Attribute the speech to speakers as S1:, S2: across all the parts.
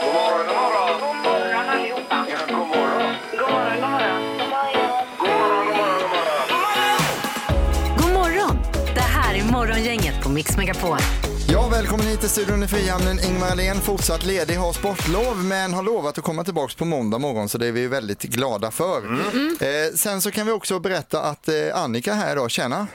S1: God morgon, god morgon.
S2: God morgon allihopa.
S1: Ja, god morgon.
S2: God morgon, god morgon.
S1: God morgon, god morgon, god morgon.
S3: God morgon! Det här är Morgongänget på Mix Megapol.
S4: Ja, välkommen hit till studion i Frihamnen. Ingmar Ahlén fortsatt ledig, har sportlov men har lovat att komma tillbaka på måndag morgon så det är vi väldigt glada för.
S5: Mm.
S4: Eh, sen så kan vi också berätta att eh, Annika här idag, tjena.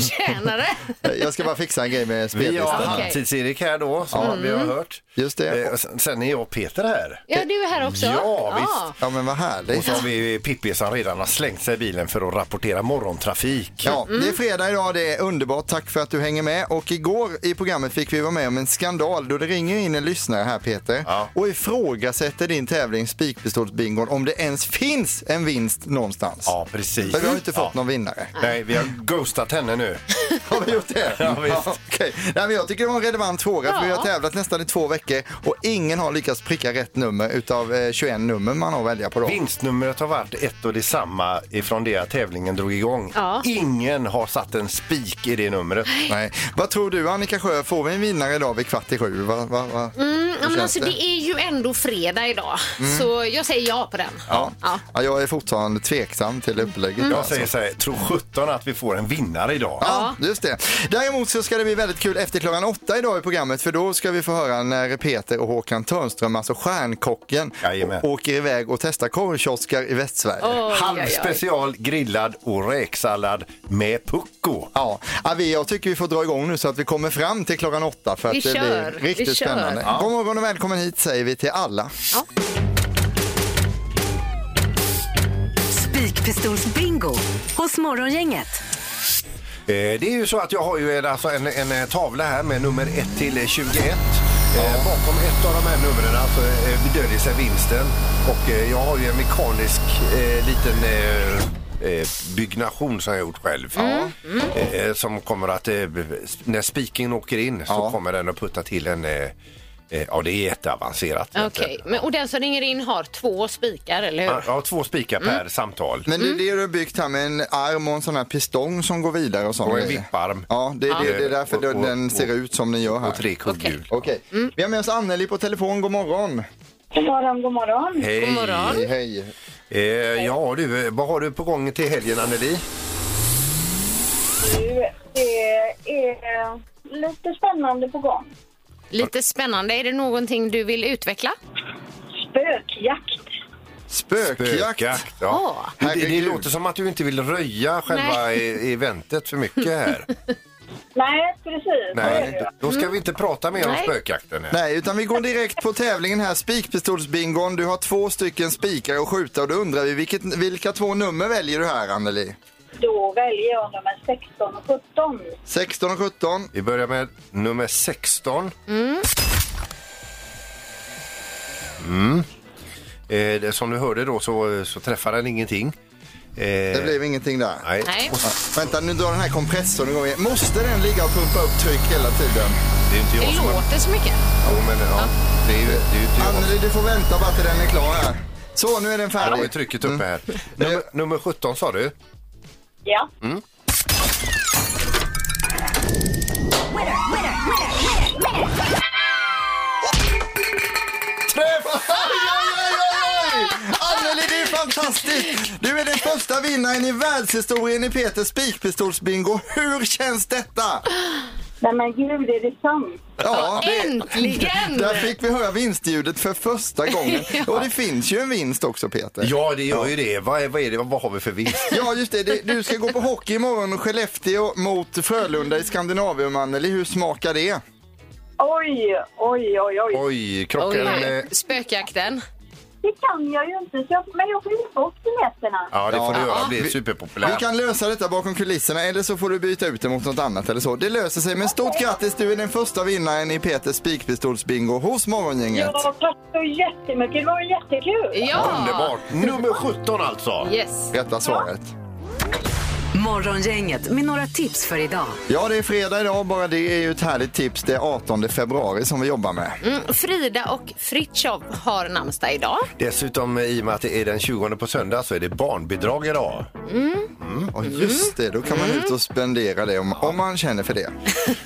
S6: Tjänare!
S4: Eh, Jag ska bara fixa en grej med
S5: Vi har
S4: spellistan. här.
S5: halvtids-Erik här då, som
S6: Mm.
S5: vi har hört.
S4: Just det.
S5: Eh, och sen- Sen är jag och Peter här.
S6: Ja, du är här också.
S5: Ja, visst.
S4: Ja, men vad
S5: Och
S4: härligt.
S5: så har vi Pippi som redan har slängt sig i bilen för att rapportera morgontrafik.
S4: Ja, det är fredag idag, det är underbart. Tack för att du hänger med. Och igår i programmet fick vi vara med om en skandal då det ringer in en lyssnare här Peter
S5: Ja.
S4: och ifrågasätter din tävling Spikpistolsbingon om det ens finns en vinst någonstans.
S5: Ja, precis.
S4: För vi har ju inte fått
S5: Ja.
S4: någon vinnare.
S5: Nej, vi har ghostat henne nu.
S4: Har vi gjort det?
S5: Ja, visst.
S4: okej. Nej, men jag tycker det var en relevant fråga för vi har
S6: Ja.
S4: tävlat nästan i två veckor och ingen har lyckats pricka rätt nummer utav eh, 21 nummer man har att välja på då.
S5: Vinstnumret har varit ett och detsamma ifrån det att tävlingen drog igång.
S6: Ja.
S5: Ingen har satt en spik i det numret.
S4: Nej. Vad tror du Annika Sjö, får vi en vinnare idag vid kvart i sju? Va, va, va?
S6: Mm, ja,
S4: Hur
S6: men
S4: känns
S6: alltså,
S4: det? Mm.
S6: det är ju ändå fredag idag, så jag säger ja på den.
S4: Ja. Ja, jag är fortfarande tveksam till upplägget. idag,
S5: Jag säger
S4: alltså.
S5: så här, tro 17 att vi får en vinnare idag.
S4: Ja, just det. Däremot så ska det bli väldigt kul efter klockan åtta idag i programmet för då ska vi få höra när Peter och Håkan Törnström, alltså Stjärnkocken,
S5: Jajamän.
S4: åker iväg och testar korvkiosker i Västsverige.
S6: Oj, oj,
S5: Halv
S6: oj.
S5: special grillad och räksallad med pucko.
S4: Ja, ja, vi, jag tycker vi får dra igång nu så att vi kommer fram till klockan åtta för att
S6: Vi
S4: det
S6: kör,
S4: blir riktigt
S6: vi kör.
S4: spännande.
S5: Ja.
S4: God morgon och välkommen hit säger vi till alla.
S3: Spikpistolsbingo hos Morgongänget.
S5: Eh, Det är ju så att jag har ju en, alltså en, en eh, tavla här med nummer 1 till eh, 21. Eh, Bakom ett av de här numren så eh, döljer sig vinsten. Och eh, jag har ju en mekanisk eh, liten eh, eh, byggnation som jag gjort själv.
S6: Mm,
S5: Eh, som kommer att, eh, när spiken åker in så
S4: Ja.
S5: kommer den att putta till en, eh, eh, ja det är jätteavancerat.
S6: Okej, men och den som ringer in har två spikar, eller hur?
S5: Ja, två spikar per
S6: Mm.
S5: samtal.
S4: Men det är det du har byggt här med en arm och en sån här pistong som går vidare och sånt.
S5: Och en
S4: grejer.
S5: vipparm.
S4: Ja, det, det, det är därför
S5: Och- och-
S4: den ser
S5: och-
S4: ut som den gör här.
S5: Och tre kugghjul.
S4: Okej,
S6: Mm.
S4: vi har med oss Anneli på telefon. God morgon.
S2: God morgon, god morgon.
S5: Hej!
S6: God morgon.
S4: Hej, hej.
S5: Eh, ja du, eh, vad har du på gång till helgen Anneli?
S2: Nu, Det är lite spännande på gång.
S6: Lite spännande. Är det någonting du vill utveckla?
S2: Spökjakt.
S4: Spökjakt.
S5: Spökjakt, Ja.
S6: Åh.
S5: Det, det
S4: Herregud.
S5: låter som att du inte vill röja själva e- eventet för mycket här.
S2: Nej, precis. det är det
S5: Nej,
S2: ju.
S5: då ska vi inte prata mer om
S6: Nej.
S5: spökjakten. Här.
S4: Nej, utan vi går direkt på tävlingen här. Spikpistolsbingon. Du har två stycken spikar att skjuta och då undrar vi vilket, vilka två nummer väljer du här Anneli?
S2: Då väljer jag nummer 16 och 17.
S4: 16 och 17.
S5: Vi börjar med nummer 16. Mm. Eh, det, som du hörde då så, så träffar den ingenting. Eh,
S4: Det blev ingenting där.
S5: Nej.
S6: Nej.
S5: Och s-
S4: Vänta, nu drar den här kompressorn igång igen. Måste den ligga och pumpa upp tryck hela tiden?
S5: Det är ju inte
S6: Det
S5: jag som har...
S6: låter så mycket.
S5: Jo, men, ja. Det är ju det är ju inte jag.
S4: Anneli, du får vänta bara till den är klar här. Så, nu är den
S5: Jag har ju
S4: färdig.
S5: trycket uppe här. Nummer, nummer 17 sa du?
S2: Ja.
S4: Träff! Aj, aj, aj, aj, aj! Anneli, det är fantastiskt! Du är den första vinnaren i världshistorien i Peters spikpistolsbingo. Hur känns detta?
S2: Nej men gud, är det sant?
S4: Ja,
S6: Äntligen!
S4: Där fick vi höra vinstljudet för första gången. Och det finns ju en vinst också, Peter.
S5: Ja, det gör ju det. Vad, är, vad, är det. vad har vi för vinst?
S4: Ja, just det. Det- Du ska gå på hockey imorgon och Skellefteå mot Frölunda i Skandinavium, Anneli. Hur smakar det?
S2: Oj, oj, oj, oj.
S5: Oj, krockar den med...
S6: Oj, spökjakten.
S2: Det kan jag ju inte, så jag, men jag får ju inte bort till nätterna.
S5: Ja, det får du
S4: Ja.
S5: göra. Bli
S4: Vi
S5: superpopulär.
S4: kan lösa detta bakom kulisserna eller så får du byta ut det mot något annat eller så. Det löser sig. Men stort grattis, du är den första vinnaren i Peters spikpistolsbingo hos Morgongänget.
S2: Ja, tack så jättemycket. Det var jättekul.
S6: Ja!
S5: Underbart. Nummer 17 alltså.
S6: Yes.
S4: Rätta svaret.
S3: Morgongänget med några tips för idag.
S4: Ja, det är fredag idag. Bara det är ju ett härligt tips. Det är 18 februari som vi jobbar med.
S6: Mm, Frida och Fritjof har namnsdag idag.
S5: eh, Dessutom i och med att det är den 20 på söndag så är det barnbidrag idag.
S4: Ja,
S6: Mm.
S4: just det. Då kan man ut och spendera det om, om man känner för det.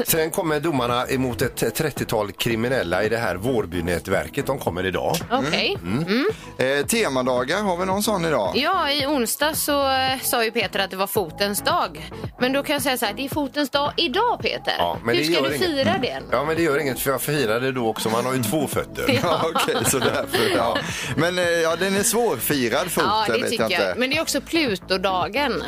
S5: Sen kommer domarna emot ett 30-tal kriminella i det här Vårbynätverket. De kommer idag.
S6: Okej.
S5: Mm.
S4: Eh, temadagar, har vi någon sån idag?
S6: Ja, i onsdag så eh, sa ju Peter att det var fotens dag. Men då kan jag säga så här, det är fotens dag idag Peter.
S5: Ja, men
S6: Hur
S5: det
S6: ska
S5: gör
S6: du
S5: inget.
S6: fira den?
S5: Ja, men det gör inget för jag firade då också. Man har ju två fötter.
S4: Ja, okej, så därför. Ja. Men eh, ja, den är svårfirad foten.
S6: Ja, det
S4: vet
S6: tycker
S4: inte.
S6: jag. Men det är också Plutodagen.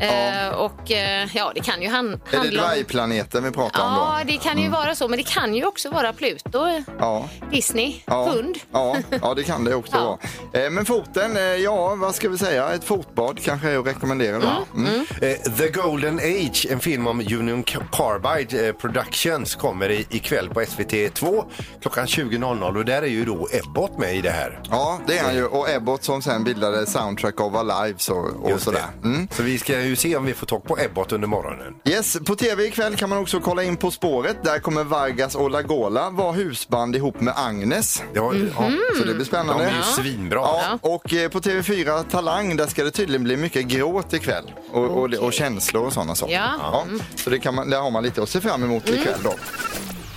S6: Eh, och eh, ja, det kan ju han,
S4: Är det
S6: handla om...
S4: dvärgplaneten vi pratar om då? Mm.
S6: Ja, det kan ju vara så. Men det kan ju också vara Pluto,
S4: Ja.
S6: Disney,
S4: Ja,
S6: hund.
S4: Ja, ja, det kan det också
S6: Ja.
S4: vara. Eh, Men foten, eh, ja vad ska vi säga, ett fotbad kanske är att rekommendera. då. Mm.
S5: Eh, The Golden Age, en film om Union Carbide eh, Productions, kommer i, ikväll på SVT2 klockan 20.00 och där är ju då Ebbot med i det här.
S4: Ja, det är han ju. Och Ebbot som sen bildade Soundtrack of Alive så, och
S5: Just
S4: sådär.
S5: det.
S4: Mm.
S5: Så vi ska ju se om vi får tag på Ebbot under morgonen.
S4: Yes, på tv ikväll kan man också kolla in På spåret. Där kommer Vargas och Lagola vara husband ihop med Agnes.
S5: Det var,
S6: Mhm.
S5: ja,
S4: Så det blir
S5: Mm. de
S4: spännande.
S5: är ju svinbra.
S4: Ja, och eh, på TV4 Talang där ska det tydligen bli mycket gråt ikväll. Och, och, det- och känslor och sådana saker.
S6: Ja.
S5: Mm.
S4: Så det kan man, där har man lite att se fram emot ikväll då.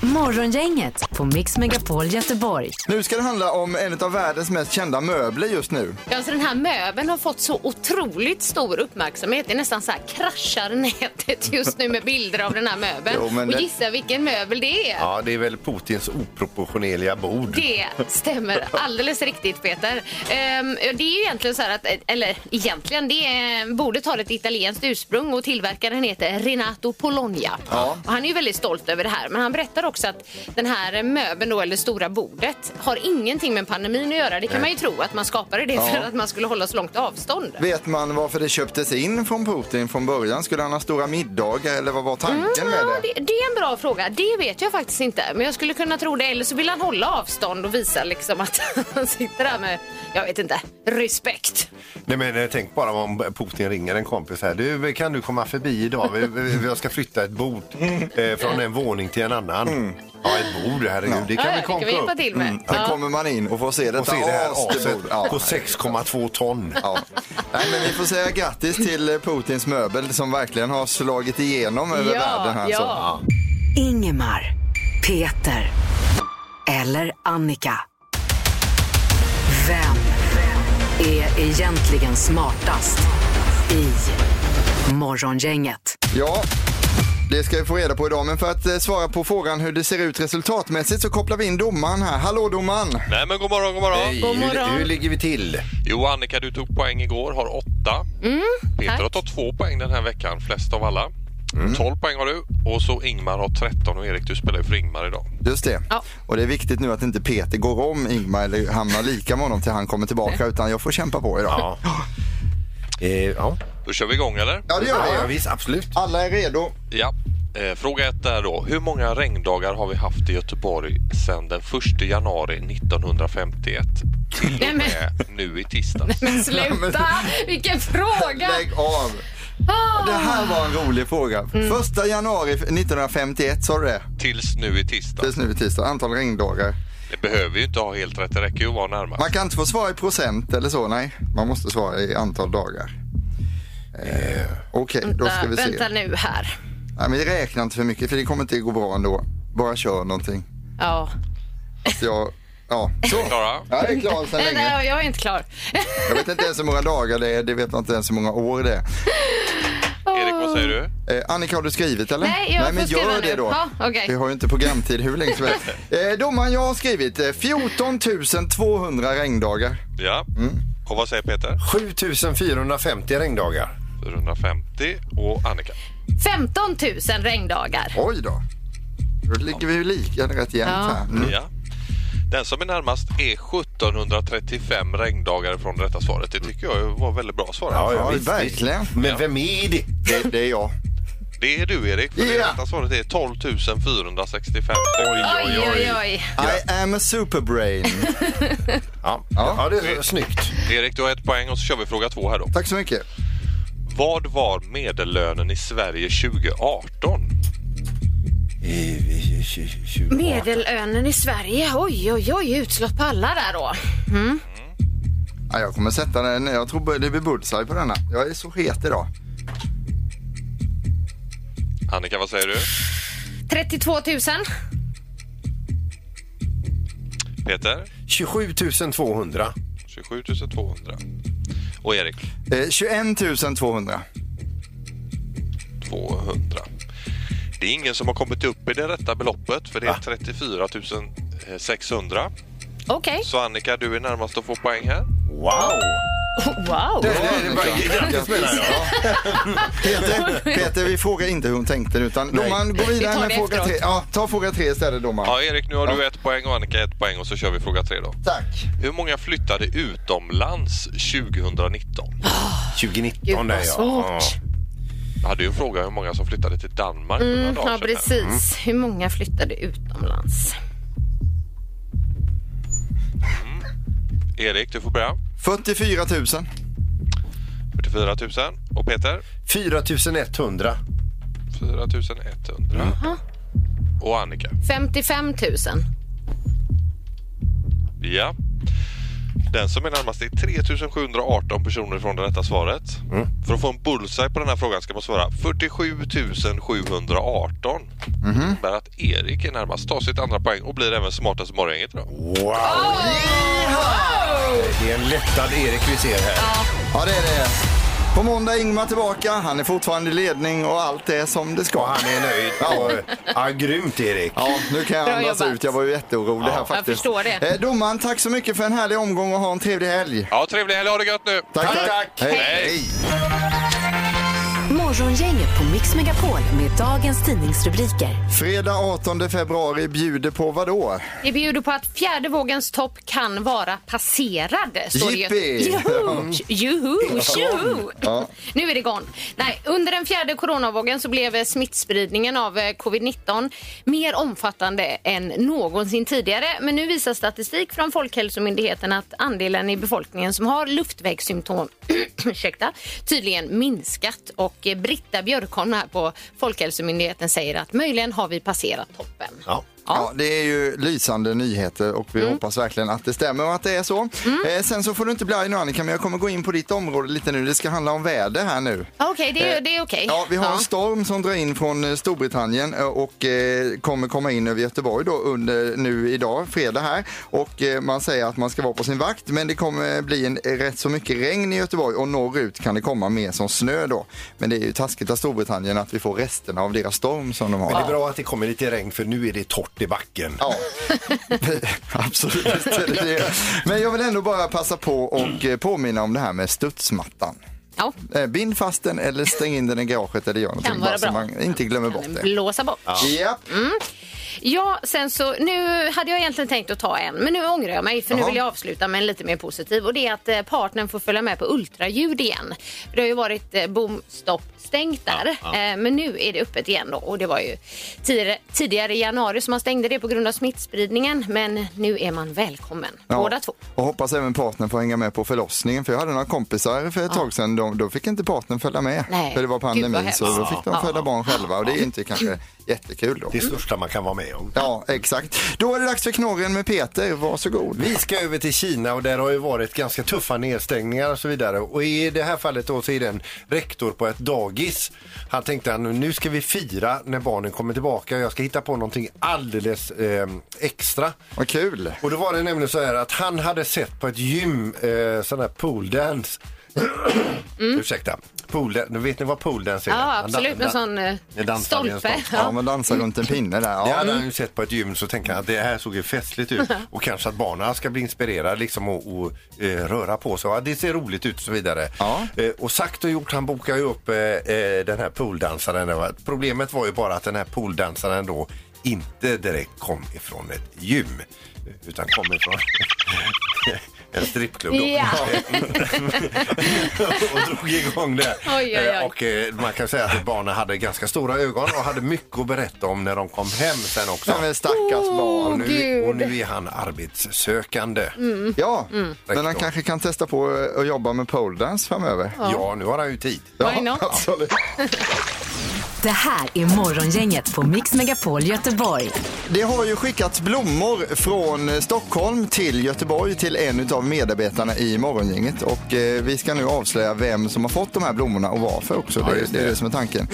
S3: Morgongänget på Mix Megapol Göteborg.
S4: Nu ska det handla om en av världens mest kända möbler just nu.
S6: Ja, så Alltså, den här möbeln har fått så otroligt stor uppmärksamhet. Det är nästan så här kraschar nätet just nu med bilder av den här möbeln.
S4: Jo, men
S6: Och
S4: det-
S6: gissa vilken möbel det är.
S5: Ja, det är väl Putins oproportionerliga bord.
S6: Det stämmer alldeles riktigt Peter. Ehm, det är ju egentligen så här att, eh, eller egentligen, det är, bordet har ett italienskt ursprung och tillverkaren heter Renato Polonia. Och han är ju väldigt stolt över det här men han berättar också att den här möbeln då, eller stora bordet, har ingenting med pandemin att göra. Det kan man ju tro att man skapade det för att man skulle hålla så långt avstånd.
S4: Vet man varför det köptes in från Putin från början? Skulle han ha stora middagar eller vad var
S5: Mm.
S4: tanken med
S6: Ja,
S4: det?
S6: Mm, det, det är en bra fråga. Det vet jag faktiskt inte. Men jag skulle kunna tro det. Eller så vill han hålla avstånd och visa liksom att han sitter där med, jag vet inte, respekt.
S5: Nej, men eh, tänk bara om Putin ringer en kompis här. Du, kan du komma förbi idag? Vi, vi, jag ska flytta ett bord eh, från en våning till en annan. Ja, ett bord, herregud. Det kan
S6: Mm. Ja, ja, det kan
S5: vi konka
S6: vi hjälpa
S5: upp.
S6: till med.
S4: Sen
S6: Ja.
S4: Mm, kommer man in och får se detta
S5: Och se det här
S4: asbord.
S5: aset
S4: Ja.
S5: på 6,2 ton.
S4: Ja. Nej, men vi får säga grattis till eh, Putins möbel som verkligen har slagit igenom över
S6: Ja,
S4: världen. Här, så.
S6: ja.
S3: Ingemar, Peter eller Annika. Vem är egentligen smartast i Morgongänget?
S4: Ja, det ska vi få reda på idag. Men för att eh, svara på frågan hur det ser ut resultatmässigt så kopplar vi in domaren här. Hallå domaren!
S7: Nej men god morgon, god morgon.
S5: Hej,
S6: God morgon.
S5: hur, hur ligger vi till?
S7: Jo Annika, du tog poäng igår, har åtta.
S6: Mm,
S7: Peter har tagit två poäng den här veckan, flest av alla.
S5: Mm.
S7: 12 poäng har du och så Ingmar har 13 och Erik du spelar ju för Ingmar idag.
S4: Just det.
S6: Ja.
S4: Och det är viktigt nu att inte Peter går om Ingmar eller hamnar lika med honom till han kommer tillbaka utan jag får kämpa på idag.
S5: Ja. Eh, ja.
S7: Då kör vi igång eller?
S4: Ja, det gör vi.
S5: ja, visst, absolut.
S4: Alla är redo.
S7: Ja. Eh, fråga ett där då. Hur många regndagar har vi haft i Göteborg sedan den 1 januari 1951 till
S6: Nej,
S7: och
S6: men-
S7: med nu i tisdags?
S6: Men sluta! Vilken fråga! Ah.
S4: Lägg av. Det här var en rolig fråga.
S6: Mm.
S4: Första januari 1951 sa du det?
S7: Tills nu i tisdags.
S4: Tills nu i tisdag. Antal regndagar.
S7: Det behöver ju inte ha helt rätt, det räcker ju att vara närmast.
S4: Man kan inte få svara i procent eller så, nej. Man måste svara i antal dagar. Eh, Okej, då ska vi se.
S6: Vänta nu här.
S4: Nej, men räkna inte för mycket för det kommer inte gå bra ändå. Bara kör någonting.
S6: Ja.
S4: Så Jag, ja, så.
S7: Klara?
S4: Jag är klar sedan
S6: Nej,
S4: länge.
S6: nej, jag är inte klar.
S4: Jag vet inte ens hur många dagar det är, det vet man inte ens hur många år det är.
S7: Erik, vad säger du?
S4: Eh, Annika, har du skrivit eller?
S6: Nej, jag
S4: Nej men
S6: får skriva nu.
S4: gör det då.
S6: Ja, okej.
S4: Vi har ju inte programtid hur länge som helst. Eh, domaren, jag har skrivit eh, 14 200 regndagar.
S7: Ja.
S5: Mm.
S7: Och vad säger Peter?
S5: 7450 regndagar.
S7: 450 och Annika.
S6: 15 000 regndagar.
S4: Oj då. Då ligger vi ju lika rätt jämnt
S6: Ja.
S4: här. Mm.
S7: Ja. Den som är närmast är 1735 regndagar från rätta svaret. Det tycker jag var väldigt bra svar.
S4: ja,
S5: visst,
S4: verkligen.
S5: visst. Men vem är det?
S4: Det, det är jag.
S7: Det är du Erik, för
S4: Ja.
S7: det rätta svaret är 12 465.
S6: Oj, oj, oj.
S4: I am a superbrain.
S5: Ja,
S4: Ja.
S5: ja. det är snyggt.
S7: Erik, du har ett poäng och så kör vi fråga två här då.
S4: Tack så mycket.
S7: Vad var medellönen i Sverige 2018?
S6: Medelönen i Sverige. Oj, oj, oj. Utslått på alla där då.
S4: Ja, jag kommer sätta den. Jag tror det blir bullseye på denna. Jag är så het idag.
S7: Annika, vad säger du?
S6: 32 000.
S7: Peter?
S5: 27 200.
S7: 27 200. Och Erik?
S4: Eh, 21 200.
S7: 200. Det är ingen som har kommit upp i det rätta beloppet för det är
S4: Ah.
S7: eh,
S5: Va?
S7: 34 600.
S6: Okej.
S7: Så Annika, du är närmast att få poäng här.
S5: Wow!
S6: Wow!
S5: det är bara- Grattis menar jag.
S4: Peter, Peter, vi frågar inte hur hon tänkte utan domaren går
S6: Vi
S4: vidare
S6: tar
S4: med
S6: det
S4: fråga
S6: efteråt.
S4: tre. Ja, ta fråga tre istället domaren.
S7: Ja, Erik, nu har du ett poäng och Annika ett poäng och så kör vi fråga tre då.
S4: Tack.
S7: Hur många flyttade utomlands 2019?
S5: 2019 där ja.
S6: svårt.
S7: Jag hade ju en fråga hur många som flyttade till Danmark för några
S6: Mm,
S7: dagar
S6: ja,
S7: sedan här.
S6: precis. Hur många flyttade utomlands?
S7: Erik, du får börja.
S4: 44 000.
S7: 44 000. Och Peter?
S5: 4 100.
S7: 4 100. Och Annika?
S6: 55 000.
S7: Ja. Den som är närmast är 3718 personer från det rätta svaret. För att få en bullseye på den här frågan ska man svara 47 718. Det innebär att Erik är närmast, tar sitt andra poäng och blir även smartast i morgongänget idag.
S5: Wow! Det är en lättad Erik vi ser här.
S4: Ja, det är det. På måndag är Ingmar tillbaka. Han är fortfarande i ledning och allt är som det ska.
S5: Och han är nöjd. Och, ja, grymt Erik.
S4: Ja, nu kan jag
S6: Bra
S4: andas
S6: jobbat.
S4: ut. Jag var ju jätteorolig här faktiskt.
S6: förstår det.
S4: Eh, domaren, tack så mycket för en härlig omgång och ha en trevlig helg.
S7: Ja, trevlig helg, ha det gött nu!
S4: Tack,
S5: Tack, tack.
S4: Hej.
S7: Hej.
S3: Morgongänget på Mix Megapol med dagens tidningsrubriker.
S4: Fredag 18 februari bjuder på vadå?
S6: Det bjuder på att fjärde vågens topp kan vara passerad. Står det ju.
S4: Jippi!
S6: Juhu! Juhu! Juhu! Nu är det igång. Nej, under den fjärde coronavågen så blev eh, smittspridningen av eh, covid-19 mer omfattande än någonsin tidigare. Men nu visar statistik från Folkhälsomyndigheten att andelen i befolkningen som har luftvägssymptom ursäkta, tydligen minskat. Och eh, Britta Björkholm här på Folkhälsomyndigheten säger att möjligen har vi passerat toppen.
S5: Ja.
S4: Ja, det är ju lysande nyheter och
S6: Mm.
S4: vi hoppas verkligen att det stämmer och att det är så. Eh, sen så får du inte bli arg nu Annika, men jag kommer gå in på ditt område lite nu. Det ska handla om väder här nu.
S6: Okej, det, är- det är okej.
S4: Eh, Ja, vi har en storm som drar in från eh, Storbritannien eh, och eh, kommer komma in över Göteborg då under nu idag, fredag här. Och eh, man säger att man ska vara på sin vakt, men det kommer bli en, eh, rätt så mycket regn i Göteborg och norrut kan det komma mer som snö då. Men det är ju taskigt av Storbritannien att vi får resterna av deras storm som de har.
S5: Men det är bra att det kommer lite regn för nu är det torrt i backen.
S4: Ja, absolut. Det är det. Men jag vill ändå bara passa på och eh, påminna om det här med studsmattan.
S6: Ja.
S4: Eh, Bind fast den eller stäng in den i garaget eller gör någonting.
S6: Kan vara
S4: bara så
S6: bra.
S4: man inte glömmer bort
S6: Kan
S4: det.
S6: Blåsa bort. Ja.
S4: Japp.
S6: sen så nu hade jag egentligen tänkt att ta en, men nu ångrar jag mig för nu
S4: Jaha.
S6: vill jag avsluta med en lite mer positiv och det är att eh, partnern får följa med på ultraljud igen. För Det har ju varit eh, bom, stopp, stängt där, Eh, men nu är det öppet igen då och det var ju tidigare, tidigare i januari som man stängde det på grund av smittspridningen, men nu är man välkommen
S4: Ja.
S6: båda två.
S4: Och hoppas även partnern får hänga med på förlossningen. För jag hade några kompisar för ett tag sedan. De, då fick inte partnern följa med.
S6: Nej.
S4: För det var
S6: Gud, vad
S4: pandemi.
S6: hemskt.
S4: Så då fick de
S6: Ja.
S4: föda barn själva. Och det är ju inte kanske jättekul då.
S5: Det största man kan vara med om.
S4: Ja, exakt. Då är det dags för knorren med Peter. Varsågod.
S5: Vi ska över till Kina och där har ju varit ganska tuffa nedstängningar och så vidare. Och i det här fallet då så är det en rektor på ett dagis. Han tänkte att nu ska vi fira när barnen kommer tillbaka. Jag ska hitta på någonting alldeles eh, extra.
S4: Vad kul.
S5: Och då var det nämligen så här att han hade sett på ett gym, eh, sån här pooldance. Ursäkta. Pooldance, vet ni vad pooldance är?
S6: Mm. Ja, absolut. Med sån eh,
S5: Jag dansar vid
S6: stolpe.
S5: en stolpe.
S4: Ja,
S6: Ja.
S4: man dansar runt en pinne där.
S5: Det
S4: Ja.
S5: hade han ju sett på ett gym så tänkte han att det här såg ju festligt ut och kanske att barnen ska bli inspirerade liksom och, och eh, röra på sig. Ja, det ser roligt ut och så vidare.
S4: Ja.
S5: Eh, och sagt och gjort, han bokade ju upp eh, eh, den här pooldansaren. Det var- Problemet var ju bara att den här pooldansaren då inte direkt kom ifrån ett gym eh, utan kom ifrån en strippklubb. då.
S6: Ja.
S5: och drog igång det.
S6: Oj, oj, oj.
S5: Eh, Och eh, man kan säga att barnen hade ganska stora ögon och hade mycket att berätta om när de kom hem sen också.
S4: Nej, men stackars barn.
S5: Och nu, och nu är han arbetssökande.
S4: Ja,
S6: Mm.
S4: men han
S5: Rektor.
S4: kanske kan testa på eh, att jobba med poledance framöver.
S5: Ja, nu har han ju tid.
S6: Why not?
S4: absolut.
S3: Det här är Morgongänget på Mix Megapol Göteborg.
S4: Det har ju skickats blommor från eh, Stockholm till Göteborg till en av medarbetarna i Morgongänget och eh, vi ska nu avslöja vem som har fått de här blommorna och varför också. det, det. är det som är tanken.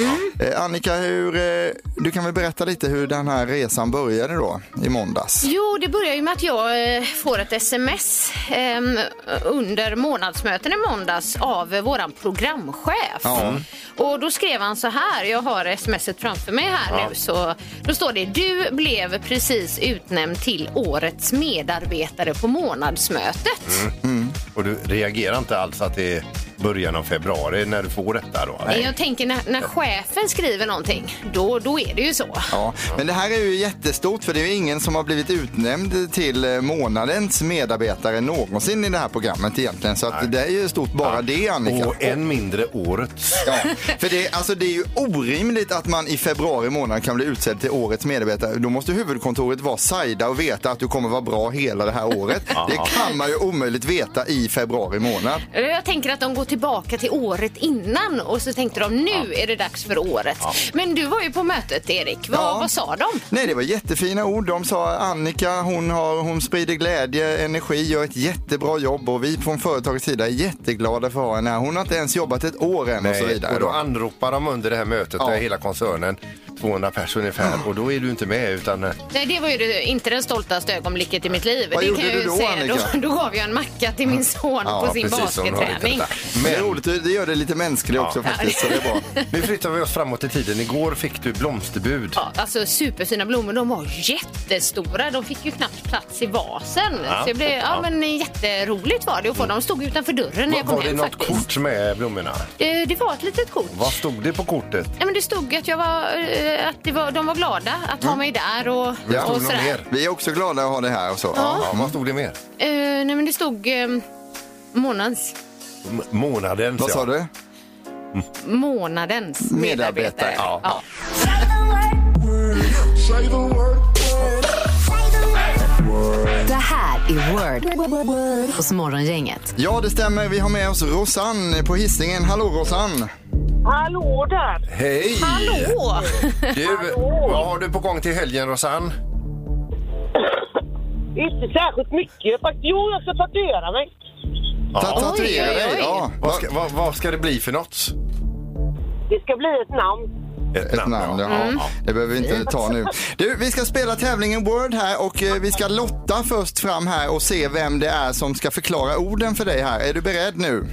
S4: Eh, Annika, hur, eh, du kan väl berätta lite hur den här resan började då i måndags?
S6: Jo, det börjar ju med att jag eh, får ett sms ehm, under månadsmöten i måndags av eh, våran programchef.
S4: Ja.
S6: Och då skrev han så här, jag har smset framför mig här nu, så då står det du blev precis utnämnd till årets medarbetare på månadsmötet.
S5: Och du reagerar inte alls att det är början av februari när du får detta då?
S6: Men Jag tänker när, när chefen skriver någonting, då, då är det ju så.
S4: Ja, men det här är ju jättestort för det är ju ingen som har blivit utnämnd till eh, månadens medarbetare någonsin i det här programmet egentligen. Så att det är ju stort bara det Annika.
S5: Och än mindre årets.
S4: Ja, för det, alltså det är ju orimligt att man i februari månad kan bli utsedd till årets medarbetare. Då måste huvudkontoret vara sajda och veta att du kommer vara bra hela det här året. Det kan man ju omöjligt veta i februari månad.
S6: Jag tänker att de går tillbaka till året innan och så tänkte de nu är det dags för året. Men du var ju på mötet Erik, vad,
S4: Ja.
S6: vad sa de?
S4: Nej, det var jättefina ord. De sa Annika, hon, har, hon sprider glädje, energi, gör ett jättebra jobb och vi från företagets sida är jätteglada för att ha henne här. Hon har inte ens jobbat ett år än och så
S5: Nej,
S4: vidare.
S5: och då
S4: då.
S5: anropar de under det här mötet,
S4: Ja.
S5: där hela koncernen, 200 personer ungefär, och då är du inte med utan... eh,
S6: Nej, det var ju det, inte det stoltaste ögonblicket i mitt liv.
S4: Vad
S6: det
S4: gjorde
S6: kan jag
S4: du
S6: ju
S4: då,
S6: säga.
S4: Annika?
S6: Då, då gav jag en macka till min son
S4: Ja,
S6: på sin
S5: som de har gjort
S6: basketträning.
S5: detta.
S4: Men det är
S5: Men
S4: roligt, det gör det lite mänskligt också faktiskt. Så det är bra.
S5: nu flyttar vi oss framåt i tiden. Igår fick du blomsterbud.
S6: Ja, alltså superfina blommor. De var jättestora. De fick ju knappt plats i vasen. Så det blev, ja, men jätteroligt var det att få dem. De stod utanför dörren när jag
S5: var
S6: kom
S5: det
S6: hem
S5: något
S6: faktiskt.
S5: kort med blommorna?
S6: Eh, Det var ett litet kort.
S5: Vad stod det på kortet?
S6: Nej, men det stod att, jag var, eh, att det var, de var glada att ha mig där och,
S5: Mm. Det stod
S6: och
S5: något
S6: sådär.
S5: mer.
S4: Vi är också glada att ha det här och så. Ja.
S5: Ja, vad stod det mer?
S6: Eh, nej, men det stod eh, månadens,
S5: M- månadens,
S4: Vad sa
S5: ja.
S4: du?
S6: månadens
S4: Medarbetare,
S6: medarbetare.
S4: ja.
S6: Ja.
S3: Det här är Word hos Morgongänget.
S4: Ja, det stämmer. Vi har med oss Rosanne på hissingen. Hallå Rosanne!
S2: Hallå där!
S5: Hej!
S6: Hallå!
S5: Du, vad har du på gång till helgen, Rosanne?
S8: Inte särskilt mycket. Fast jo, jag ska tatuera mig.
S4: Ta- Tatuera
S6: Oj, oj,
S4: dig.
S6: oj.
S4: Ja.
S5: Vad ska, vad, vad ska det bli för något?
S8: Det ska bli ett namn.
S4: Ett namn, ja.
S6: Mm.
S4: Det behöver vi inte ta nu. Du, vi ska spela tävlingen Word här och eh, vi ska lotta först fram här och se vem det är som ska förklara orden för dig här. Är du beredd nu?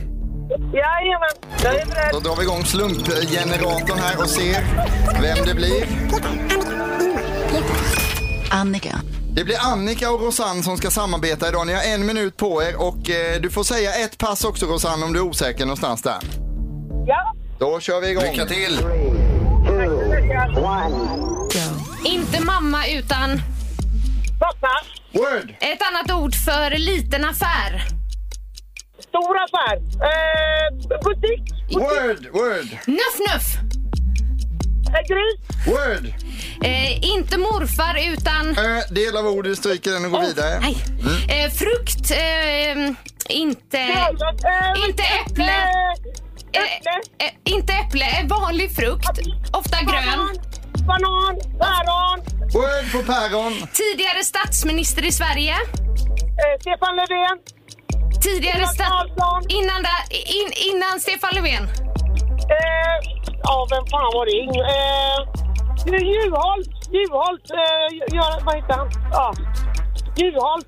S8: Jajamän, jag är beredd.
S4: Då drar vi igång slumpgeneratorn här och ser vem det blir.
S9: Annika.
S4: Det blir Annika och Rosanne som ska samarbeta idag. Ni har en minut på er och eh, du får säga ett pass också Rosanne om du är osäker någonstans där.
S8: Ja,
S4: Då kör vi igång.
S5: Lycka till!
S6: Inte mamma utan
S8: pappa.
S4: Word!
S6: ett annat ord för liten affär.
S8: Stor affär. Eh, butik.
S4: Word! Word!
S6: Nuff nuff!
S8: Eh, gris.
S4: Word!
S6: Eh, inte morfar utan...
S4: Ö, del av ordet, stryker den och går
S6: Åh,
S4: vidare.
S6: nej. Eh, frukt, eh, inte...
S8: Eh,
S6: Inte äpple.
S8: eh,
S6: Eh, eh, inte äpple, eh, vanlig frukt. Ofta grön.
S8: Banan. Banan. Päron.
S4: Word på päron.
S6: Tidigare statsminister i Sverige.
S8: Eh, Stefan Löfven.
S6: Tidigare
S8: Ingvar
S6: stat...
S8: Carlsson.
S6: Innan, där, in, innan Stefan Löfven.
S8: Eh, ja, vem fan var det? Ing- Eh, Juholt. Juholt. Eh, Gö- vad heter han? Ja. Juholt.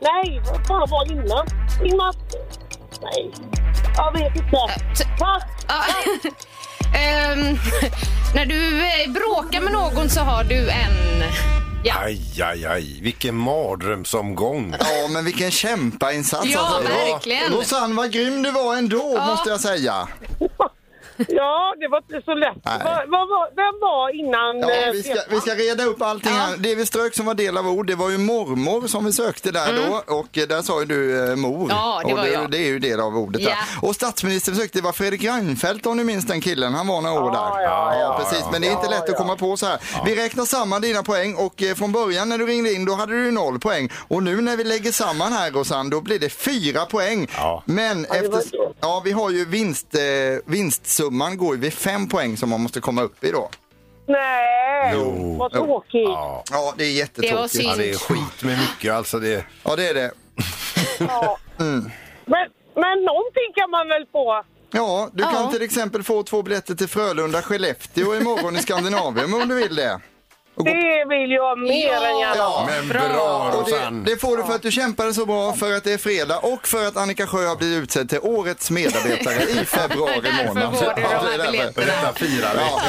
S8: Nej, vad fan var det innan? Ingmar... Nej. Jag vet inte.
S6: t-
S8: Pass.
S6: Ja. Ehm, när du eh, bråkar med någon så har du en... Ja.
S5: Aj, aj, aj. Vilken mardrömsomgång.
S4: Ja, men vilken kämpainsats. alltså.
S6: Ja, verkligen.
S4: Rosanne, vad grym du var ändå, måste jag säga.
S8: Ja, det var inte så lätt.
S4: Nej.
S8: Va, va, va, vem var innan
S4: Ja,
S8: eh,
S4: vi, ska,
S8: Stefan?
S4: vi ska reda upp allting här. Det vi strök som var del av ord, det var ju mormor som vi sökte där då. Och eh, där sa ju du eh, mor.
S6: Mm. Ja, det
S4: och
S6: var
S4: det,
S6: jag.
S4: det är ju del av ordet. där.
S6: Ja.
S4: Och statsministern försökte, det var Fredrik Reinfeldt om du minns den killen. Han var några
S6: Ah,
S4: år där.
S8: ja, ja,
S4: precis. Men det är inte lätt att komma på så här. Vi räknar samman dina poäng och eh, från början när du ringde in då hade du noll poäng. Och nu när vi lägger samman här Rosanne, då blir det fyra poäng.
S5: Ja.
S4: Men efter, ja, vi har ju vinst, eh, vinstsumman går ju vid fem poäng som man måste komma upp i då.
S8: Nej,
S5: Jo.
S8: vad tråkigt.
S5: Ja.
S4: Ja, det är jättetråkigt.
S6: Det var synd.
S5: ja, det är skit med mycket alltså. Det...
S4: Ja, det är det.
S8: Ja.
S4: Mm.
S8: Men, men någonting kan man väl få?
S4: Ja, du kan
S6: Ja.
S4: till exempel få två biljetter till Frölunda, Skellefteå imorgon i Skandinavium om du vill det. Och gå-
S8: Det vill jag mer
S6: Ja.
S8: än gärna.
S4: Ja,
S5: Men bra
S4: och det,
S5: Rosanne!
S4: det får du för att du kämpade så bra, för att det är fredag och för att Annika Sjö har blivit utsedd till årets medarbetare i februari
S6: Därför
S4: månad.
S6: får du de här
S4: det är därför.
S6: biljetterna.
S5: Och detta firar vi.
S4: Ja.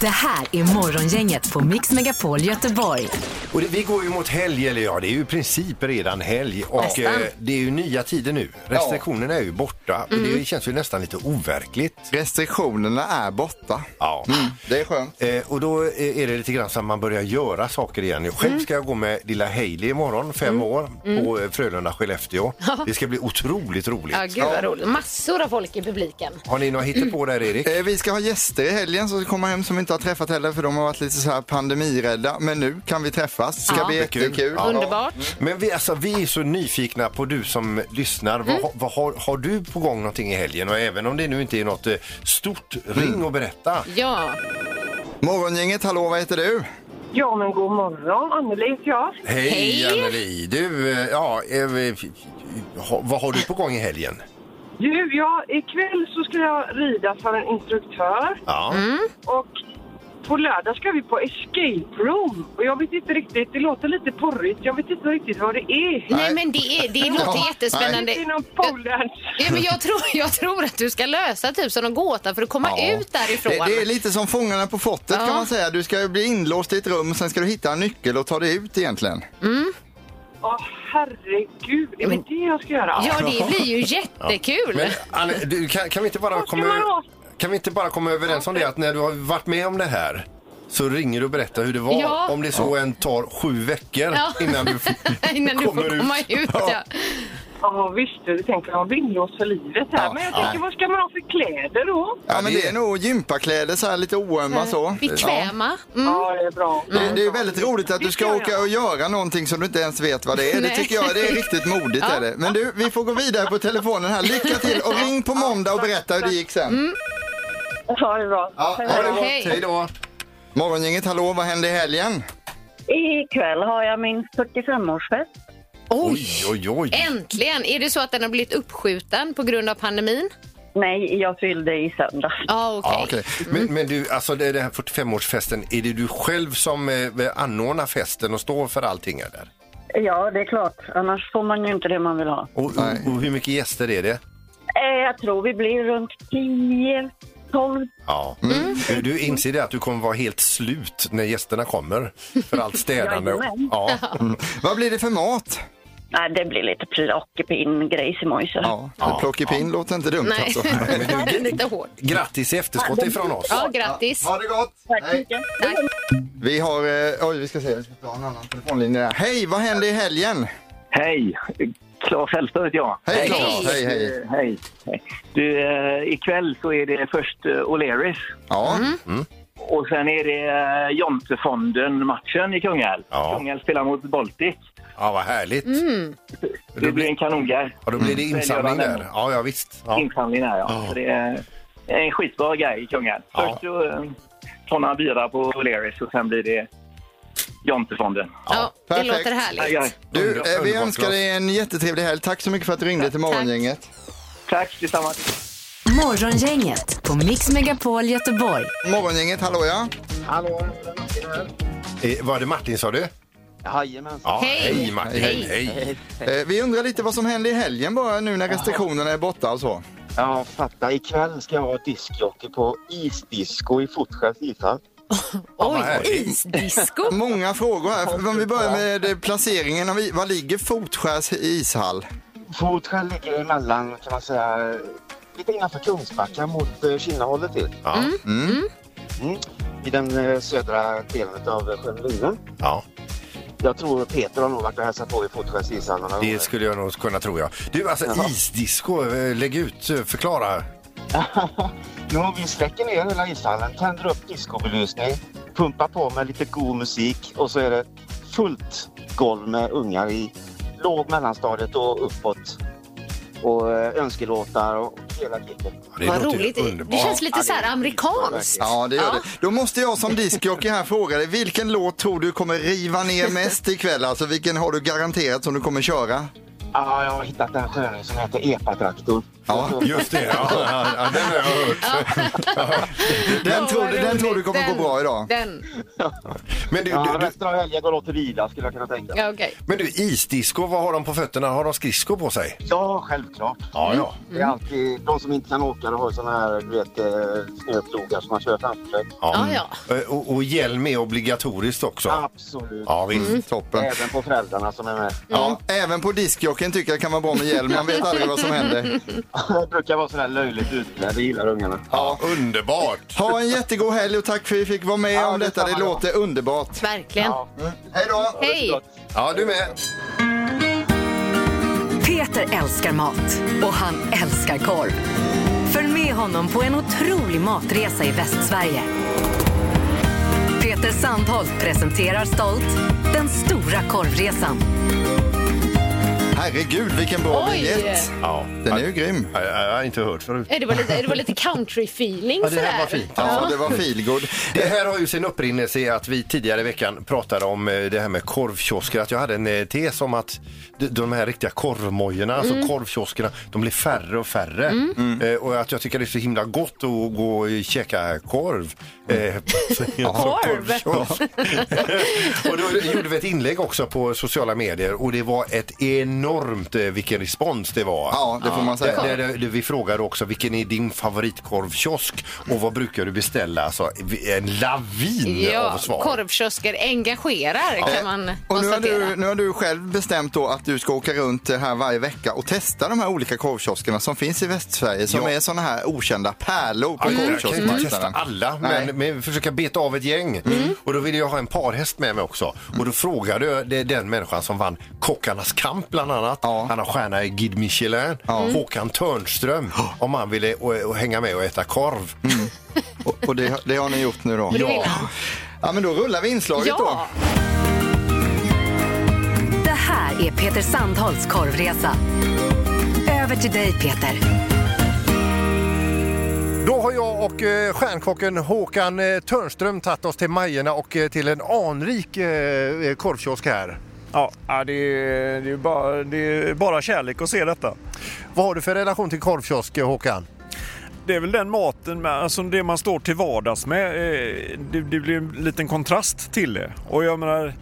S3: Det här är Morgongänget på Mix Megapol Göteborg.
S5: Och det, vi går ju mot helg, eller ja, det är ju i princip redan helg och
S6: Nästan.
S5: eh, det är ju nya tider nu. Restriktionerna är ju borta och det känns ju nästan lite overkligt.
S4: Restriktionerna är borta.
S5: Ja.
S4: Mm, det är skönt.
S5: Eh, och då eh, är det lite grann så att man börjar göra saker igen. Själv
S6: Mm.
S5: ska jag gå med lilla Hailey imorgon, fem år, på eh, Frölunda, Skellefteå. Det ska bli otroligt roligt.
S6: Ja, gud vad roligt. Massor av folk i publiken.
S5: Har ni några hittepå där,
S6: Mm.
S5: Erik?
S4: Eh, Vi ska ha gäster i helgen som ska komma hem som vi inte har träffat heller för de har varit lite så här pandemirädda. Men nu kan vi träffas. Det ska
S6: Ja.
S4: bli
S5: Kul.
S4: jättekul.
S5: Ja.
S6: Underbart.
S5: Men vi, alltså, vi är så nyfikna på du som lyssnar.
S6: Mm.
S5: Vad, har- vad har, har du på gång någonting i helgen? Och även om det nu inte är något eh, stort, ring
S6: Mm.
S5: och berätta.
S6: Ja.
S4: Morgongänget, hallå vad heter du?
S8: Ja, men god morgon. Anneli heter jag.
S5: Hej,
S6: Hej.
S5: Anneli! Du, eh, ja, eh, eh, ha- vad har du på gång i helgen?
S8: Du, jag, ikväll så ska jag rida för en instruktör
S5: Ja.
S8: och på lördag ska vi på escape room. Och jag vet inte riktigt, det låter lite porrigt. Jag vet inte riktigt vad det är.
S6: Nej, men det, är, det låter
S4: Ja.
S6: jättespännande.
S8: Det är någon poldance.
S6: Ja, men jag, tror, jag tror att du ska lösa typ som en gåta för att komma
S5: Ja.
S6: ut därifrån.
S4: Det, det är lite som Fångarna på fortet
S6: Ja.
S4: kan man säga. Du ska ju bli inlåst i ett rum, sen ska du hitta en nyckel och ta dig ut egentligen.
S8: Åh, herregud. Är det det jag ska göra?
S6: Ja, det blir ju jättekul.
S5: Men Anne, du, kan, kan, vi inte bara
S8: Vad ska
S5: komma,
S8: man ha?
S5: kan vi inte bara komma överens om det att när du har varit med om det här så ringer du och berättar hur det var.
S6: Ja.
S5: Om det så en tar sju veckor
S6: Ja.
S5: innan du får-
S6: Innan du
S5: kommer
S6: får
S5: ut.
S6: komma ut. ja.
S8: Ja, visst. Du tänker jag har inlåst för livet här. men jag tänker, vad ska man ha för kläder då?
S4: Ja,
S5: Ja,
S4: men
S5: det-
S4: det är nog gympakläder, så här lite oömma så.
S6: Bekväma. Mm.
S8: Ja, det är bra.
S4: Ja. Det, det är väldigt roligt att du
S8: Det
S4: ska
S8: gör
S4: åka
S8: jag.
S4: och göra någonting som du inte ens vet vad det är. Det
S6: Nej.
S4: tycker jag det är riktigt modigt. Är det. Men du, vi får gå vidare på telefonen här. Lycka till och ring på måndag och berätta hur det gick sen.
S8: Ja, det är bra.
S4: Ja, ha det
S6: Mm. Hej.
S4: gott. Hej då. Morgongänget, hallå, vad hände i helgen?
S2: Ikväll har jag min 45-årsfest.
S6: Oj!
S5: Oj, oj, oj.
S6: Äntligen! Är det så att den har blivit uppskjuten på grund av pandemin?
S2: Nej, jag fyllde i söndags.
S6: Ja, okej.
S5: Ja, okej. men,
S6: Mm.
S5: men du, alltså det, den här 45-årsfesten, är det du själv som eh, anordnar festen och står för allting? Eller?
S2: Ja, det är klart. Annars får man ju inte det man vill ha.
S5: Och, och,
S4: Nej.
S5: och hur mycket gäster är det?
S2: Eh, Jag tror vi blir runt 10, 12.
S5: Ja.
S6: Mm.
S5: Du, du inser det att du kommer vara helt slut när gästerna kommer för allt städande.
S2: Jajamän.
S5: ja.
S4: Vad blir det för mat?
S2: Nej, det blir lite plockepinn-grejsimojser.
S4: Ja, plockepinn låter inte dumt
S6: Nej.
S4: alltså.
S6: Det var lite hårt.
S5: Grattis i efterskott ifrån oss.
S6: Ja, grattis.
S4: Ha det gott!
S2: Tack så
S4: Hej.
S2: mycket.
S6: Tack.
S4: Vi har, eh, oj vi ska se, vi ska ta en annan telefonlinje där. Hej, vad hände i helgen?
S9: Hej! Claes Hellström heter jag.
S4: Hej
S6: Hej.
S4: Claes, hej hej.
S9: Eh, Hej. Hej. Du, eh, ikväll så är det först eh, O'Learys
S4: Ja,
S9: och sen är det eh, Jontefonden-matchen i Kungälv.
S5: Ja.
S9: Kungälv spelar mot Baltic.
S5: Ja, vad härligt.
S6: Mm.
S9: Det blir
S10: Mm.
S9: en kanongrej.
S5: Ja, då blir det insamling
S9: Välgörande.
S5: där. Ja, ja visst. Ja.
S9: Insamling där, ja. Så det är en skitbra grej i Kungälv.
S5: Ja.
S9: Först eh, såna bira på O'Learys och sen blir det Jontefonden.
S6: Ja, det
S4: perfekt.
S6: låter
S9: Aj,
S6: härligt.
S9: aj.
S4: du,
S5: Underbart,
S4: eh, vi
S5: underbart,
S4: önskar dig en jättetrevlig helg. Tack så mycket för att du ringde till Morgongänget.
S9: Tack detsamma.
S3: Morgongänget på Mix Megapol Göteborg.
S4: Morgongänget, hallå ja.
S10: Hallå, det är Martin här.
S5: Eh, Var det Martin sa du?
S10: Jajamensan.
S5: Ja,
S6: Hej.
S5: hej Martin.
S6: Hej.
S5: hej.
S4: Eh, Vi undrar lite vad som hände i helgen bara nu när restriktionerna är borta och så.
S10: Ja, fatta. Ikväll ska jag vara diskjockey på isdisco i Fotskärs ishall.
S5: vad
S6: Oj,
S5: härligt.
S6: isdisco.
S4: Många frågor här. Om vi börjar med eh, placeringen, av i- var ligger Fotskärs ishall?
S10: Fotskär ligger emellan, kan man säga, lite innanför Kungsbacka mot eh, Kinnahållet till.
S5: Ja,
S10: Mm. I den eh, södra delen av sjön Luleå.
S5: ja,
S10: Jag tror Peter har nog varit och hälsat på vid Fotskärs ishall några
S6: Mm.
S10: gånger.
S5: det skulle jag nog kunna tro jag. Du, alltså isdisco, eh, lägg ut, eh, förklara.
S10: Jo, vi släcker ner hela ishallen, tänder upp discobelysning, pumpar på med lite god musik och så är det fullt golv med Eh, ungar i låg mellanstadiet och uppåt. Och eh, önskelåtar och hela kitten.
S5: Det
S6: Vad
S5: låter ju
S6: roligt. Det
S5: underbart.
S6: känns lite så här amerikanskt.
S4: Ja, det gör
S6: Ja.
S4: det. Då måste jag som discjockey här fråga dig, vilken låt tror du kommer riva ner mest ikväll? Alltså vilken har du garanterat som du kommer köra?
S10: Ja, jag har hittat en sköning som heter epatraktor.
S4: Ja.
S5: Just det, ja, ja, ja, den har jag hört.
S4: Den,
S6: Åh,
S4: tror,
S6: vad
S4: du- den
S6: roligt.
S4: tror du kommer gå
S6: Den-
S4: bra idag?
S6: Den.
S5: Men du,
S10: Ja,
S5: du, du,
S10: resten av helgen går åt till vila skulle jag kunna tänka.
S6: Ja, okej.
S5: men du, isdisco, vad har de på fötterna? Har de skridskor på sig?
S10: Ja, självklart.
S5: Ja, ja.
S6: Mm.
S10: Det är alltid de som inte kan åka de har ju såna här du vet, eh, snöplogar som man kör framför sig.
S6: Ja,
S5: Eh, Och, och hjälm är obligatoriskt också.
S10: Absolut.
S5: Ja, visst.
S6: Mm.
S4: Toppen.
S10: Även på föräldrarna som är med.
S4: Ja, Mm. även på discjockeyn tycker jag det kan vara bra med hjälm. Man vet aldrig vad som händer.
S10: Jag brukar vara sådär löjligt utklädd, det gillar ungarna.
S5: Ja, underbart!
S4: Ha en jättegod helg och tack för att vi fick vara med
S10: Ja,
S4: om detta. Det
S10: detsamma då.
S4: låter underbart.
S6: Verkligen.
S4: Mm. Hej då!
S6: Hej!
S5: Ja, du med.
S3: Peter älskar mat och han älskar korv. Följ med honom på en otrolig matresa i Västsverige. Peter Sandholt presenterar stolt Den stora korvresan.
S4: Herregud vilken bra
S6: Oj.
S4: vignett!
S5: Ja.
S4: Den är ju grym.
S5: Jag, jag, jag har inte hört förut.
S6: Eh, Det var lite, det var lite country-feeling
S5: Ja, det här
S6: sådär.
S5: var fint.
S4: Ja, det var feelgood.
S5: Det här har ju sin upprinnelse i att vi tidigare i veckan pratade om eh, det här med korvkiosker. Att jag hade en eh, tes om att d- de här riktiga korvmojorna, alltså korvkioskerna, de blir färre och färre. Eh, och att jag tycker det är så himla gott att gå och käka korv. Eh, så- alltså,
S6: Korv?
S5: korvkiosk. och då gjorde vi ett inlägg också på sociala medier och det var ett enormt, eh, vilken respons det var.
S4: Ja, det får man säga.
S5: Där, där, där vi frågar också vilken är din favoritkorvkiosk och vad brukar du beställa? Alltså, en lavin av
S6: Ja,
S5: svar.
S6: korvkiosker engagerar kan man
S4: Och nu har,
S6: konstatera.
S4: du, nu har du själv bestämt då att du ska åka runt här varje vecka och testa de här olika korvkioskerna som finns i Västsverige som
S5: Ja.
S4: är sådana här okända pärlor på
S5: Ja, Jag kan ju inte testa
S4: korvkioskmarknaden.
S5: alla,
S4: Nej. Mm.
S5: men, men försöka beta av ett gäng. Och då ville jag ha en parhäst med mig också. Och då frågade jag det- den människan som vann Kockarnas kamp bland annat.
S4: Ja.
S5: Han har stjärna i Guide Michelin, Håkan Törnström, om han ville och, och hänga med och äta korv.
S4: Och, och det, det har ni gjort nu då?
S6: vill
S4: Ja, men då rullar vi inslaget då.
S6: Ja,
S3: Det här är Peter Sandholts korvresa. Över till dig Peter.
S5: Då har jag och eh, stjärnkocken Håkan eh, Törnström tagit oss till Majerna och eh, till en anrik eh, korvkiosk här.
S9: Ja, ja, det är, det, är bara, det är bara kärlek att se detta.
S5: Vad har du för relation till korvkiosk eh, Håkan?
S9: Det är väl den maten, med, alltså det man står till vardags med. eh, Det, det blir en liten kontrast till det. Och jag menar,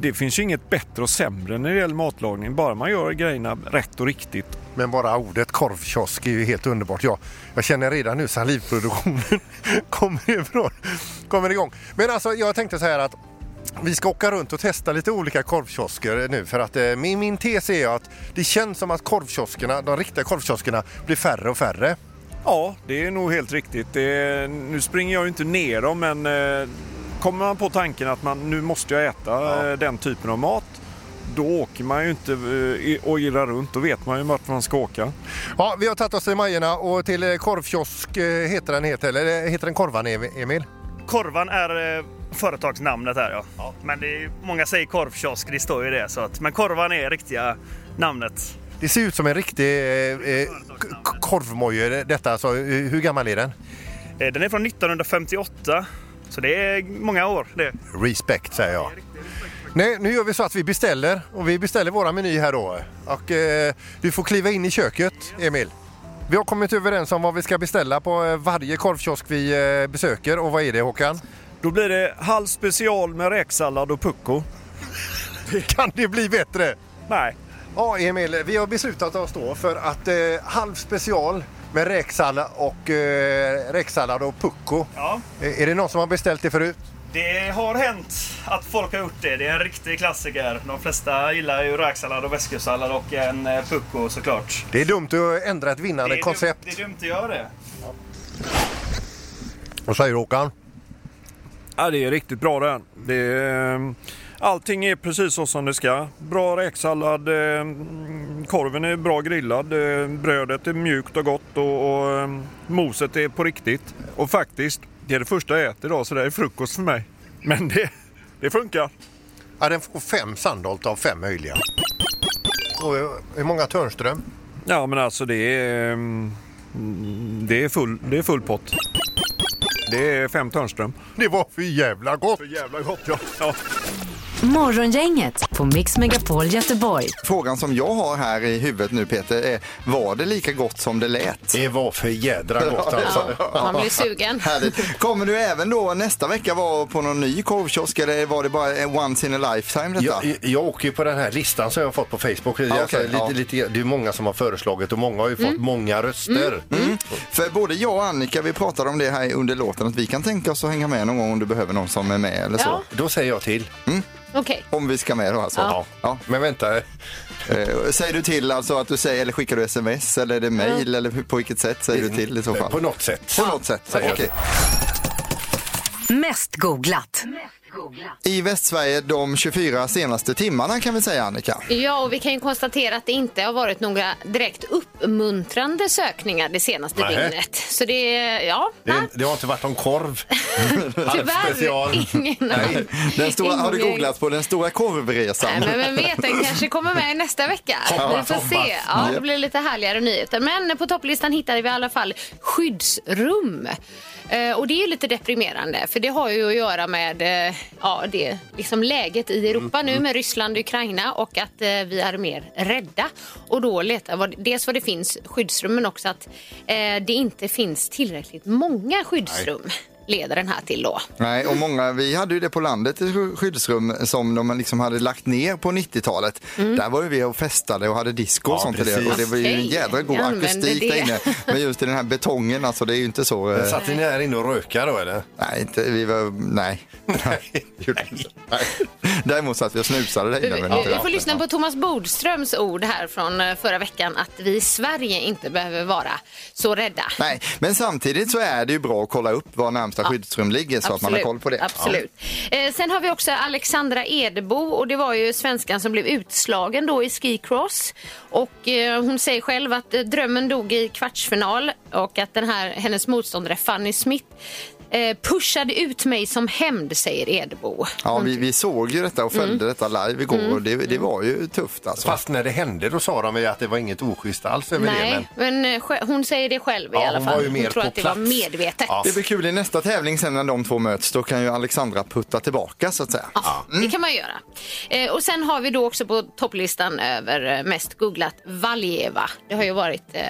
S9: det finns ju inget bättre och sämre när det gäller matlagning. Bara man gör grejerna rätt och riktigt.
S5: Men bara ordet korvkiosk är ju helt underbart. Jag, jag känner redan nu salivproduktionen kommer, ifrån, kommer igång. Men alltså jag tänkte så här att vi ska åka runt och testa lite olika korvkiosker nu för att eh, min, min tes är att det känns som att korvkioskerna, de riktiga korvkioskerna blir färre och färre.
S9: Ja, det är nog helt riktigt. Det, nu springer jag ju inte ner dem, men eh, kommer man på tanken att man, nu måste jag äta eh, den typen av mat, då åker man ju inte eh, i- och irrar runt. Då vet man ju vart man ska åka.
S5: Ja, vi har tagit oss till Majerna och till eh, korvkiosk eh, heter den, heter, eller eh, heter den Korvan Em- Emil?
S11: Korvan är eh, företagsnamnet här ja. Men det är, många säger korvkiosk, det står ju det. Så att, men Korvan är riktiga namnet.
S5: Det ser ut som en riktig eh, eh, k- k- korvmojer detta, alltså, eh, hur gammal är den?
S11: Eh, Den är från 1958. Så det är många år det.
S5: Respect säger jag. Nej, nu gör vi så att vi beställer och vi beställer våra meny här då. Och eh, du får kliva in i köket Emil. Vi har kommit överens om vad vi ska beställa på eh, varje korvkiosk vi eh, besöker och vad är det Håkan?
S9: Då blir det halv special med räksallad och pucko.
S5: Kan det bli bättre?
S9: Nej,
S5: Ja Emil, vi har beslutat oss då för att eh, halv special med räksallad och, eh, räksallad och pucko.
S11: Ja.
S5: Eh, Är det någon som har beställt det förut?
S11: Det har hänt att folk har gjort det. Det är en riktig klassiker. De flesta gillar ju räksallad och väskusallad och en eh, pucko såklart.
S5: Det är dumt att ändra ett vinnande
S11: är
S5: koncept.
S11: Dumt, det är dumt att göra det.
S5: Vad säger Håkan?
S9: ja, det är riktigt bra den. Det är, eh, allting är precis så som det ska. Bra räksallad, eh, mm, korven är bra grillad, eh, brödet är mjukt och gott och, och eh, moset är på riktigt. Och faktiskt, det är det första jag äter idag så det är frukost för mig. Men det, det funkar.
S5: Ja, den får fem Sandholt av fem möjliga. Och eh, hur många Törnström?
S9: Ja men alltså det är... mm, Mm, Det är full, det är full pott. Det är fem Törnström.
S12: Det var för jävla gott.
S9: För jävla gott, ja. ja.
S3: Morgongänget på Mix Megapol Göteborg.
S4: Frågan som jag har här i huvudet nu Peter är, var det lika gott som det lät?
S5: Det var för jädra gott alltså.
S6: Man blir sugen.
S4: Härligt. Kommer du även då nästa vecka vara på någon ny korvkiosk eller var det bara eh, once in a lifetime detta?
S5: Jag, jag åker ju på den här listan som jag har fått på Facebook.
S4: okej,
S5: alltså, lite,
S4: ja.
S5: lite, det är många som har föreslagit och många har ju fått många röster. Mm.
S4: För både jag och Annika, vi pratade om det här under låten, att vi kan tänka oss att hänga med någon gång om du behöver någon som är med eller så.
S6: Ja.
S5: Då säger jag till.
S6: Okej.
S4: Om vi ska med då alltså.
S5: Ja.
S4: Ja.
S5: Men vänta,
S4: Eh, säger du till alltså att du säger, eller skickar du sms eller är det mail eller hur- på vilket sätt säger du till i så fall?
S5: på något sätt.
S4: På något sätt.
S5: Säger jag
S4: Okej.
S3: Mest googlat.
S4: I Västsverige de 24 senaste timmarna kan vi säga Annika.
S6: Ja, och vi kan ju konstatera att det inte har varit några direkt uppmuntrande sökningar det senaste
S5: Nej.
S6: dygnet. Så det, ja,
S5: Det, det har inte varit någon korv.
S6: tyvärr
S5: special.
S6: ingen Nej.
S4: Den stora, har du googlat på den stora korvresan?
S6: Nej, men vem vet, den kanske kommer med nästa vecka. Vi får se. Ja, det blir lite härligare nyheter. Men på topplistan hittade vi i alla fall skyddsrum. Eh, Och det är ju lite deprimerande, för det har ju att göra med eh, ja, det, liksom läget i Europa nu med Ryssland och Ukraina och att eh, vi är mer rädda. Och då letar vad, dels vad det finns skyddsrum men också att eh, det inte finns tillräckligt många skyddsrum leder den här till då.
S4: Nej, och många, vi hade ju det på landet, ett skyddsrum som de liksom hade lagt ner på 90-talet. Där var ju vi och festade och hade disco och
S5: Ja,
S4: sånt till det.
S5: precis.
S4: Och det var ju en
S6: Mm. Okej,
S4: jädra god
S6: jag använder
S4: akustik där
S6: det.
S4: inne. Men just i den här betongen, alltså det är ju inte så... eh,
S5: Satt ni där inne och röka då eller?
S4: Nej, inte, vi var... Nej. Nej. gjorde vi inte. Nej. Däremot satt vi och snusade där
S6: Vi,
S4: inne. men
S6: vi
S4: inte-
S6: vi får lyssna på Thomas Bodströms ord här från eh, förra veckan att vi i Sverige inte behöver vara så rädda.
S4: Nej, men samtidigt så är det ju bra att kolla upp var närmsta skyddsrum ligger så att man har
S6: Absolut,
S4: koll på det.
S6: Absolut. Eh, sen har vi också Alexandra Edebo och det var ju svenskan som blev utslagen då i skicross. Och eh, hon säger själv att eh, drömmen dog i kvartsfinal och att den här, hennes motståndare Fanny Smith eh, pushade ut mig som hämnd, säger Edebo.
S4: Ja, vi,
S6: Mm.
S4: vi såg ju detta och följde detta live igår och det, det var ju tufft alltså.
S5: Fast när det hände då sa de ju att det var inget oschysst alls över det. Men...
S6: Nej, men eh, sj- hon säger det själv i
S5: Ja,
S6: alla
S5: hon
S6: fall.
S5: var ju mer
S6: hon tror
S5: på
S6: att det var
S5: plats.
S6: medvetet.
S5: Ja.
S4: Det blir kul i nästa tävling sen när de två möts. Då kan ju Alexandra putta tillbaka så att säga.
S6: Ja, det kan man göra. Eh, och sen har vi då också på topplistan över eh, mest googlat Valjeva. Det har ju varit eh,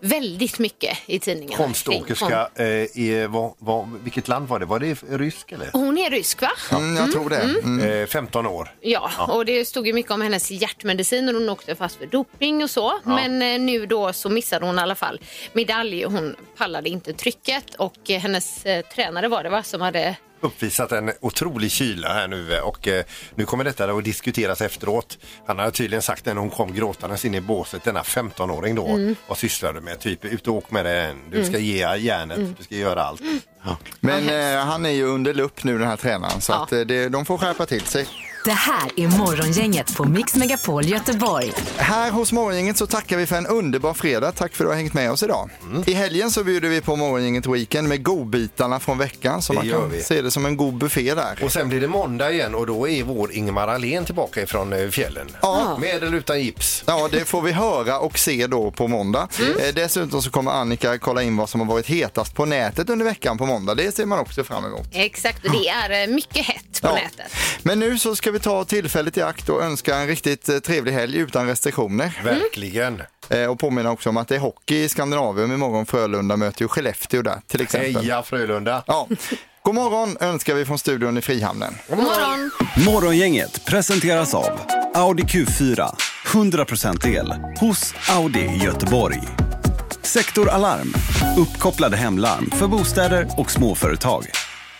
S6: väldigt mycket i tidningarna. kring
S5: Konståkerska, eh, i, vad, vad, vilket land var det? Var det rysk eller?
S6: kon- Hon är rysk va?
S4: Mm, jag tror det. Mm.
S5: Eh, 15 år.
S6: Ja, och det stod ju mycket om hennes hjärtmedicin och hon åkte fast för doping och så. Men eh, nu då så missade hon i alla fall medalj. Hon pallade inte trycket och eh, hennes eh, tränare var det va som hade
S5: Uppvisat en otrolig kyla här nu eh, och eh, nu kommer detta att diskuteras efteråt. Han har tydligen sagt när hon kom gråtandes in i båset, denna 15-åring då, vad sysslar du med? Typ ut och åk med den, du ska ge järnet, du ska göra allt. Ja.
S4: Men eh, han är ju under lupp nu den här tränaren så
S6: Ja.
S4: att, eh, det, de får skärpa till sig.
S3: Det här är Morgongänget på Mix Megapol Göteborg.
S4: Här hos Morgongänget så tackar vi för en underbar fredag. Tack för att du har hängt med oss idag.
S5: Mm.
S4: I helgen så bjuder vi på Morgongänget Weekend med godbitarna från veckan. Så
S5: Det
S4: man
S5: gör
S4: kan
S5: vi.
S4: se det som en god buffé där.
S5: Och sen blir det måndag igen och då är vår Ingemar Ahlén tillbaka ifrån eh, fjällen.
S4: Ja.
S5: Med eller utan gips.
S4: Ja, det får vi höra och se då på måndag.
S5: Mm.
S4: Eh, dessutom så kommer Annika kolla in vad som har varit hetast på nätet under veckan på måndag. Det ser man också fram emot.
S6: Exakt, och det är eh, mycket hett på
S4: Ja.
S6: nätet.
S4: Men nu så ska vi ta tillfället i akt och önska en riktigt eh, trevlig helg utan restriktioner.
S5: Verkligen.
S4: Eh, och påminna också om att det är hockey i Skandinavium imorgon. Frölunda möter ju Skellefteå där till exempel.
S5: Heja Frölunda!
S4: Ja. God morgon önskar vi från studion i Frihamnen.
S6: God morgon!
S12: Morgongänget presenteras av Audi Q4. 100% el hos Audi Göteborg. Sektor Alarm. Uppkopplade hemlarm för bostäder och småföretag.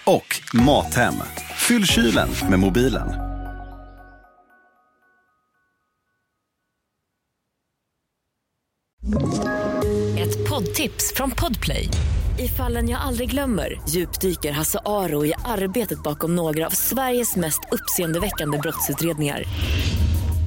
S12: Och Mathem. Fyll kylen med mobilen.
S13: Ett poddtips från Podplay. I fallen jag aldrig glömmer djupdyker Hasse Aro i arbetet bakom några av Sveriges mest uppseendeväckande brottsutredningar.